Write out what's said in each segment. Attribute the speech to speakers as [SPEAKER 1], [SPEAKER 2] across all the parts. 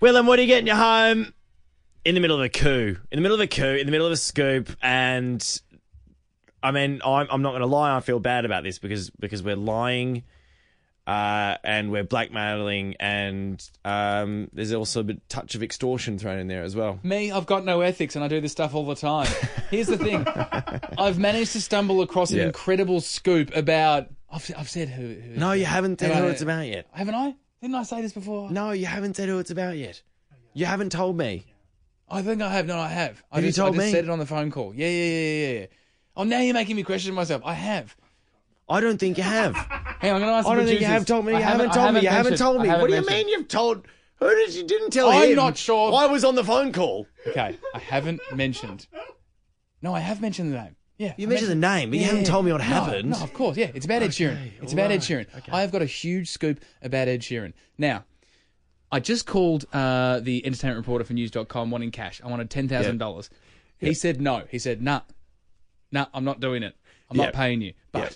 [SPEAKER 1] Willem, what are you getting you home? In the middle of a coup. In the middle of a coup, in the middle of a scoop, and I mean, I'm, I'm not going to lie. I feel bad about this because because we're lying, uh, and we're blackmailing, and um, there's also a bit touch of extortion thrown in there as well.
[SPEAKER 2] Me, I've got no ethics and I do this stuff all the time. Here's the thing I've managed to stumble across
[SPEAKER 1] Yeah.
[SPEAKER 2] an incredible scoop about. I've, I've said who. who
[SPEAKER 1] No, you haven't said
[SPEAKER 2] Have
[SPEAKER 1] who
[SPEAKER 2] I-
[SPEAKER 1] it's about yet.
[SPEAKER 2] Haven't I? Didn't I say this before?
[SPEAKER 1] No, you haven't said who it's about yet. You haven't told me.
[SPEAKER 2] I think I have. No, I have. I
[SPEAKER 1] Have you
[SPEAKER 2] just,
[SPEAKER 1] told
[SPEAKER 2] I just
[SPEAKER 1] me?
[SPEAKER 2] said it on the phone call. Yeah, yeah, yeah, yeah, yeah. Oh, now you're making me question myself. I have.
[SPEAKER 1] I don't think you have.
[SPEAKER 2] Hang on, I'm going to ask
[SPEAKER 1] I
[SPEAKER 2] the
[SPEAKER 1] don't think you
[SPEAKER 2] producers.
[SPEAKER 1] Oh, have told me.
[SPEAKER 2] I
[SPEAKER 1] You haven't,
[SPEAKER 2] I
[SPEAKER 1] told me. You haven't
[SPEAKER 2] mentioned-
[SPEAKER 1] told
[SPEAKER 2] I
[SPEAKER 1] me.
[SPEAKER 2] haven't
[SPEAKER 1] What do you
[SPEAKER 2] mentioned-
[SPEAKER 1] mean you've told? Who did you didn't tell
[SPEAKER 2] I'm
[SPEAKER 1] him?
[SPEAKER 2] not sure.
[SPEAKER 1] I was on the phone call.
[SPEAKER 2] Okay, I haven't mentioned. No, I have mentioned the name. Yeah,
[SPEAKER 1] You
[SPEAKER 2] I
[SPEAKER 1] mentioned the name, but you haven't told me what
[SPEAKER 2] No,
[SPEAKER 1] happened.
[SPEAKER 2] No, of course, yeah, it's about Ed Sheeran. It's about Ed Sheeran. I have got a huge scoop about Ed Sheeran. Now, I just called uh, the entertainment reporter for news.com wanting cash. I wanted ten thousand dollars. He said no. He said nah, nah, I'm not doing it. I'm
[SPEAKER 1] Yep.
[SPEAKER 2] not paying you. But
[SPEAKER 1] Yep.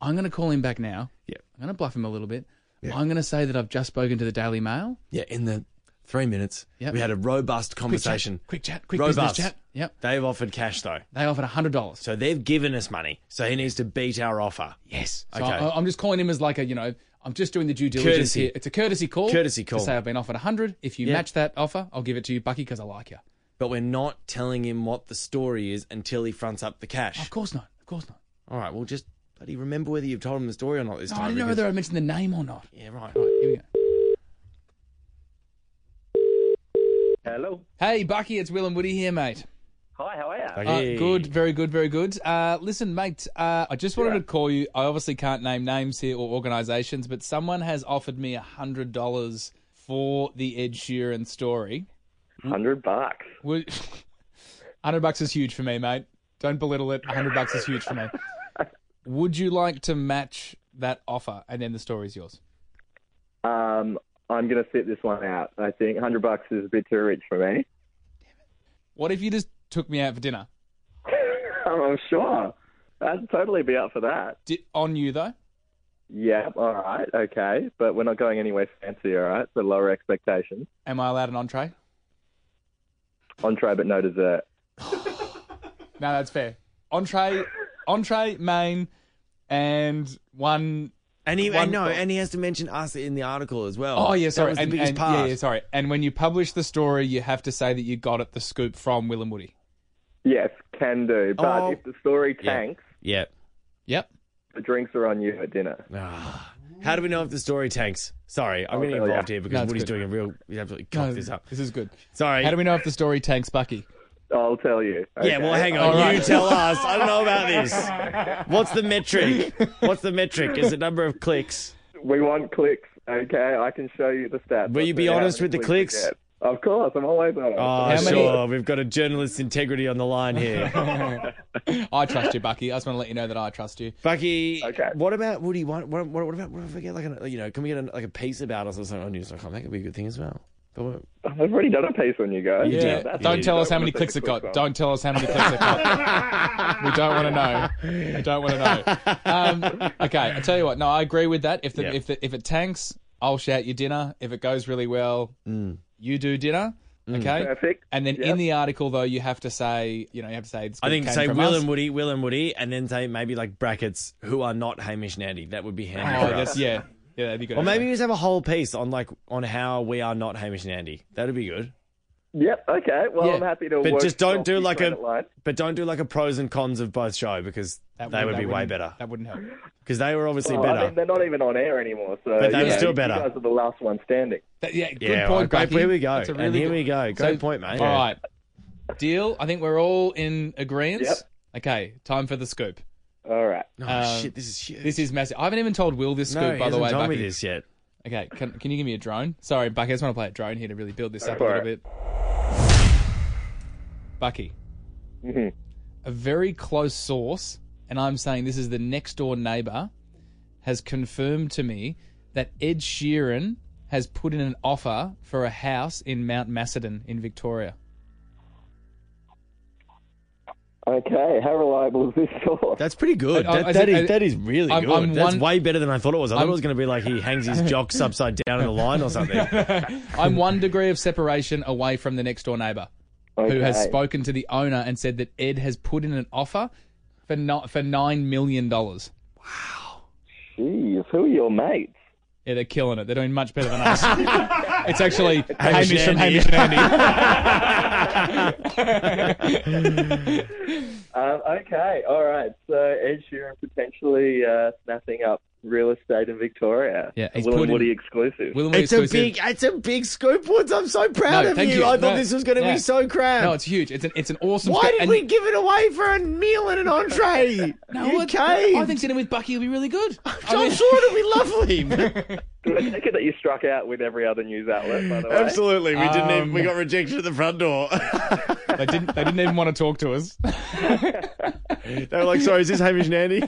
[SPEAKER 2] I'm going to call him back now.
[SPEAKER 1] Yep.
[SPEAKER 2] I'm going to bluff him a little bit. I'm going to say that I've just spoken to the Daily Mail.
[SPEAKER 1] Yeah, in the three minutes,
[SPEAKER 2] Yep.
[SPEAKER 1] we had a robust
[SPEAKER 2] Quick chat,
[SPEAKER 1] conversation.
[SPEAKER 2] Quick chat. Quick
[SPEAKER 1] robust.
[SPEAKER 2] business chat. Yep.
[SPEAKER 1] They've offered cash though,
[SPEAKER 2] They offered hundred dollars.
[SPEAKER 1] so they've given us money. So he needs to beat our offer.
[SPEAKER 2] Yes. So
[SPEAKER 1] Okay.
[SPEAKER 2] I, I'm just calling him as like a, you know, I'm just doing the due diligence
[SPEAKER 1] Courtesy.
[SPEAKER 2] here. It's a courtesy call.
[SPEAKER 1] Courtesy call.
[SPEAKER 2] To say I've been offered 100. If you
[SPEAKER 1] Yeah.
[SPEAKER 2] match that offer, I'll give it to you, Bucky, because I like you.
[SPEAKER 1] But we're not telling him what the story is until he fronts up the cash.
[SPEAKER 2] Of course not. Of course not.
[SPEAKER 1] All right, well, just bloody remember whether you've told him the story or not this
[SPEAKER 2] No,
[SPEAKER 1] time.
[SPEAKER 2] I didn't know
[SPEAKER 1] because-
[SPEAKER 2] whether I mentioned the name or not.
[SPEAKER 1] Yeah, right,
[SPEAKER 2] All
[SPEAKER 1] right.
[SPEAKER 2] right, here we go.
[SPEAKER 3] Hello.
[SPEAKER 2] Hey, Bucky, it's Will and Woody here, mate.
[SPEAKER 3] Hi, how are you?
[SPEAKER 2] Uh,
[SPEAKER 1] Okay.
[SPEAKER 2] Good, very good, very good. Uh, listen, mate, uh, I just wanted to call you. I obviously can't name names here or organisations, but someone has offered me $100 for the Ed Sheeran story.
[SPEAKER 3] 100 bucks.
[SPEAKER 2] Would, 100 bucks is huge for me, mate. Don't belittle it. 100 bucks is huge for me. Would you like to match that offer and then the story's yours?
[SPEAKER 3] Um, I'm going to sit this one out. I think 100 bucks is a bit too rich for me.
[SPEAKER 2] What if you just took me out for dinner?
[SPEAKER 3] I'm sure. I'd totally be up for that.
[SPEAKER 2] Di on you though?
[SPEAKER 3] Yeah, all right, okay. But we're not going anywhere fancy, all right? So lower expectations.
[SPEAKER 2] Am I allowed an entree?
[SPEAKER 3] Entree, but no dessert.
[SPEAKER 2] No, that's fair. Entree, entree, main, and one
[SPEAKER 1] And he
[SPEAKER 2] One
[SPEAKER 1] and no,
[SPEAKER 2] call.
[SPEAKER 1] and he has to mention us in the article as well.
[SPEAKER 2] Oh yeah, sorry.
[SPEAKER 1] That was the
[SPEAKER 2] and,
[SPEAKER 1] biggest
[SPEAKER 2] and-
[SPEAKER 1] part.
[SPEAKER 2] Yeah, yeah, sorry. And when you publish the story, you have to say that you got it the scoop from Will and Woody.
[SPEAKER 3] Yes, can do. But
[SPEAKER 1] Oh.
[SPEAKER 3] if the story tanks,
[SPEAKER 1] Yep.
[SPEAKER 2] Yep.
[SPEAKER 3] the drinks are on you at dinner.
[SPEAKER 1] Ah. How do we know if the story tanks? Sorry, I'm getting
[SPEAKER 3] tell ya.
[SPEAKER 1] involved here because
[SPEAKER 2] No, it's
[SPEAKER 1] Woody's
[SPEAKER 2] good.
[SPEAKER 1] doing a real. He absolutely cocked this up.
[SPEAKER 2] This is good.
[SPEAKER 1] Sorry.
[SPEAKER 2] How do we know if the story tanks Bucky?
[SPEAKER 3] I'll tell you.
[SPEAKER 1] Yeah, well,
[SPEAKER 3] okay?
[SPEAKER 1] hang
[SPEAKER 2] All
[SPEAKER 1] on. You
[SPEAKER 2] right.
[SPEAKER 1] tell us. I don't know about this. What's the metric? What's the metric? Is it number of clicks?
[SPEAKER 3] We want clicks, okay? I can show you the stats.
[SPEAKER 1] Will you
[SPEAKER 3] I'll
[SPEAKER 1] be
[SPEAKER 3] see how
[SPEAKER 1] honest
[SPEAKER 3] many
[SPEAKER 1] with the
[SPEAKER 3] we
[SPEAKER 1] clicks?
[SPEAKER 3] get. Of course, I'm always honest.
[SPEAKER 1] Oh,
[SPEAKER 2] How many-
[SPEAKER 1] sure. We've got a journalist's integrity on the line here.
[SPEAKER 2] I trust you, Bucky. I just want to let you know that I trust you.
[SPEAKER 1] Bucky,
[SPEAKER 3] Okay.
[SPEAKER 1] what about Woody? What, what, what about what if we get like an, you know? Can we get an, like a piece about us or something on news.com? That could be a good thing as well. But what,
[SPEAKER 3] I've already done a piece on you guys.
[SPEAKER 1] You
[SPEAKER 2] Yeah.
[SPEAKER 1] did.
[SPEAKER 3] that's-
[SPEAKER 2] Don't
[SPEAKER 3] you
[SPEAKER 2] tell us how many
[SPEAKER 3] wanna see
[SPEAKER 2] clicks
[SPEAKER 3] the
[SPEAKER 2] it got.
[SPEAKER 3] on.
[SPEAKER 2] Don't tell us how many clicks it got. We don't want to know. We don't want to know. Um, okay, I tell you what. No, I agree with that. If the,
[SPEAKER 1] Yeah.
[SPEAKER 2] if the, if it tanks, I'll shout you dinner. If it goes really well,
[SPEAKER 1] Mm.
[SPEAKER 2] you do dinner. Okay.
[SPEAKER 3] Perfect.
[SPEAKER 2] And then
[SPEAKER 3] Yep.
[SPEAKER 2] in the article though, you have to say, you know, you have to say. It's
[SPEAKER 1] I think
[SPEAKER 2] came
[SPEAKER 1] say
[SPEAKER 2] from
[SPEAKER 1] Will
[SPEAKER 2] us.
[SPEAKER 1] and Woody, Will and Woody, and then say maybe like brackets who are not Hamish and Andy. That would be handy.
[SPEAKER 2] Oh,
[SPEAKER 1] for us.
[SPEAKER 2] that's yeah, yeah, that'd be good.
[SPEAKER 1] Or maybe we just have a whole piece on like on how we are not Hamish and Andy. That'd be good.
[SPEAKER 3] Yep. Okay. Well,
[SPEAKER 2] Yeah.
[SPEAKER 3] I'm happy to.
[SPEAKER 1] But
[SPEAKER 3] work
[SPEAKER 1] just don't do
[SPEAKER 3] off
[SPEAKER 1] like
[SPEAKER 3] your
[SPEAKER 1] a-
[SPEAKER 3] credit line.
[SPEAKER 1] But don't do like a pros and cons of both show because
[SPEAKER 2] That
[SPEAKER 1] they
[SPEAKER 2] wouldn't-
[SPEAKER 1] would
[SPEAKER 2] that
[SPEAKER 1] be way
[SPEAKER 2] wouldn't-
[SPEAKER 1] better
[SPEAKER 2] That wouldn't help.
[SPEAKER 1] because they were obviously
[SPEAKER 3] Oh,
[SPEAKER 1] better.
[SPEAKER 3] I mean, they're not even on air anymore, so
[SPEAKER 1] But they
[SPEAKER 2] were
[SPEAKER 3] yeah,
[SPEAKER 2] still
[SPEAKER 1] better.
[SPEAKER 3] You guys are the last one standing.
[SPEAKER 2] That- yeah, good
[SPEAKER 1] yeah,
[SPEAKER 2] point,
[SPEAKER 1] all right,
[SPEAKER 2] Bucky.
[SPEAKER 1] here we go.
[SPEAKER 2] That's a
[SPEAKER 1] and
[SPEAKER 2] really
[SPEAKER 1] here
[SPEAKER 2] good-
[SPEAKER 1] we go. Great
[SPEAKER 2] So-
[SPEAKER 1] point, mate.
[SPEAKER 2] All right, deal. I think we're all in agreement.
[SPEAKER 3] Yep.
[SPEAKER 2] Okay, time for the scoop.
[SPEAKER 3] All right.
[SPEAKER 1] Oh
[SPEAKER 2] Um,
[SPEAKER 1] shit, this is huge.
[SPEAKER 2] This is massive. I haven't even told Will this
[SPEAKER 1] no,
[SPEAKER 2] scoop,
[SPEAKER 1] he
[SPEAKER 2] by the
[SPEAKER 1] hasn't
[SPEAKER 2] way,
[SPEAKER 1] told
[SPEAKER 2] Bucky.
[SPEAKER 1] me this yet.
[SPEAKER 2] Okay, can, can you give me a drone? Sorry, Bucky, I just want to play a drone here to really build this up a
[SPEAKER 3] for
[SPEAKER 2] little
[SPEAKER 3] it.
[SPEAKER 2] bit. Bucky,
[SPEAKER 3] Mhm.
[SPEAKER 2] a very close source, and I'm saying this is the next door neighbor, has confirmed to me that Ed Sheeran has put in an offer for a house in Mount Macedon in Victoria.
[SPEAKER 3] Okay, how reliable is this source?
[SPEAKER 1] That's pretty good.
[SPEAKER 2] I- I-
[SPEAKER 1] That-
[SPEAKER 2] I
[SPEAKER 1] that
[SPEAKER 2] think-
[SPEAKER 1] is that is really
[SPEAKER 2] I'm-
[SPEAKER 1] good.
[SPEAKER 2] I'm
[SPEAKER 1] That's
[SPEAKER 2] one-
[SPEAKER 1] way better than I thought it was. I thought
[SPEAKER 2] I'm-
[SPEAKER 1] it was going to be like he hangs his jocks upside down in a line or something.
[SPEAKER 2] I'm one degree of separation away from the next door neighbour who has
[SPEAKER 3] Okay.
[SPEAKER 2] spoken to the owner and said that Ed has put in an offer for not for nine million dollars.
[SPEAKER 3] Jeez, who are your mates?
[SPEAKER 2] Yeah, they're killing it. They're doing much better than us. it's actually
[SPEAKER 1] Hamish
[SPEAKER 2] Hamish, from
[SPEAKER 1] Andy.
[SPEAKER 2] Hamish and Andy.
[SPEAKER 3] Um, okay, all right. So Ed Sheeran potentially uh, snapping up real estate in Victoria.
[SPEAKER 2] Yeah,
[SPEAKER 3] a
[SPEAKER 2] he's
[SPEAKER 3] Will
[SPEAKER 2] put
[SPEAKER 3] and
[SPEAKER 2] in-
[SPEAKER 3] Woody exclusive.
[SPEAKER 2] Will and Woody
[SPEAKER 1] It's a
[SPEAKER 2] exclusive.
[SPEAKER 1] big, it's a big scoop, Woods. I'm so proud
[SPEAKER 2] No,
[SPEAKER 1] of
[SPEAKER 2] thank
[SPEAKER 1] you.
[SPEAKER 2] you.
[SPEAKER 1] I thought
[SPEAKER 2] No.
[SPEAKER 1] this was going to
[SPEAKER 2] Yeah.
[SPEAKER 1] be so cramped.
[SPEAKER 2] No, it's huge. It's an it's an awesome.
[SPEAKER 1] Why
[SPEAKER 2] sca-
[SPEAKER 1] did
[SPEAKER 2] and-
[SPEAKER 1] we give it away for a meal and an entree?
[SPEAKER 2] No,
[SPEAKER 1] you
[SPEAKER 2] I-
[SPEAKER 1] caved.
[SPEAKER 2] I think dinner with Bucky will be really good. I
[SPEAKER 1] I'm
[SPEAKER 2] mean-
[SPEAKER 1] sure it'll be lovely.
[SPEAKER 3] I take it that you struck out with every other news outlet, by the way.
[SPEAKER 1] Absolutely, we didn't. even,
[SPEAKER 2] Um,
[SPEAKER 1] we got rejected at the front door.
[SPEAKER 2] they didn't. They didn't even want to talk to us.
[SPEAKER 1] they were like, "Sorry, is this Hamish Nandy?"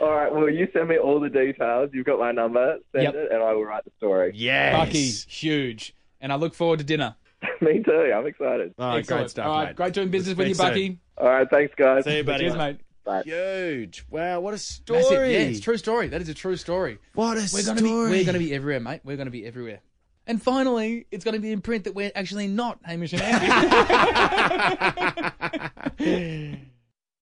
[SPEAKER 3] All right, well, you send me all the details. You've got my number. Send
[SPEAKER 2] Yep.
[SPEAKER 3] it, and I will write the story.
[SPEAKER 1] yes.
[SPEAKER 2] Bucky, huge, and I look forward to dinner.
[SPEAKER 3] me too. I'm excited.
[SPEAKER 1] All right, great
[SPEAKER 2] Excellent.
[SPEAKER 1] stuff,
[SPEAKER 2] All right,
[SPEAKER 1] mate.
[SPEAKER 2] great doing business with you,
[SPEAKER 1] Speak soon.
[SPEAKER 2] Bucky.
[SPEAKER 3] All right, thanks, guys.
[SPEAKER 1] See you, buddy.
[SPEAKER 2] Cheers, mate.
[SPEAKER 3] Bye.
[SPEAKER 1] Huge. Wow, what a story.
[SPEAKER 2] That's it. Yeah, it's a true story. That is a true story.
[SPEAKER 1] What a
[SPEAKER 2] We're gonna
[SPEAKER 1] story.
[SPEAKER 2] be we're gonna be everywhere, mate. We're gonna be everywhere. And finally, it's gonna be in print that we're actually not Hamish and Andy.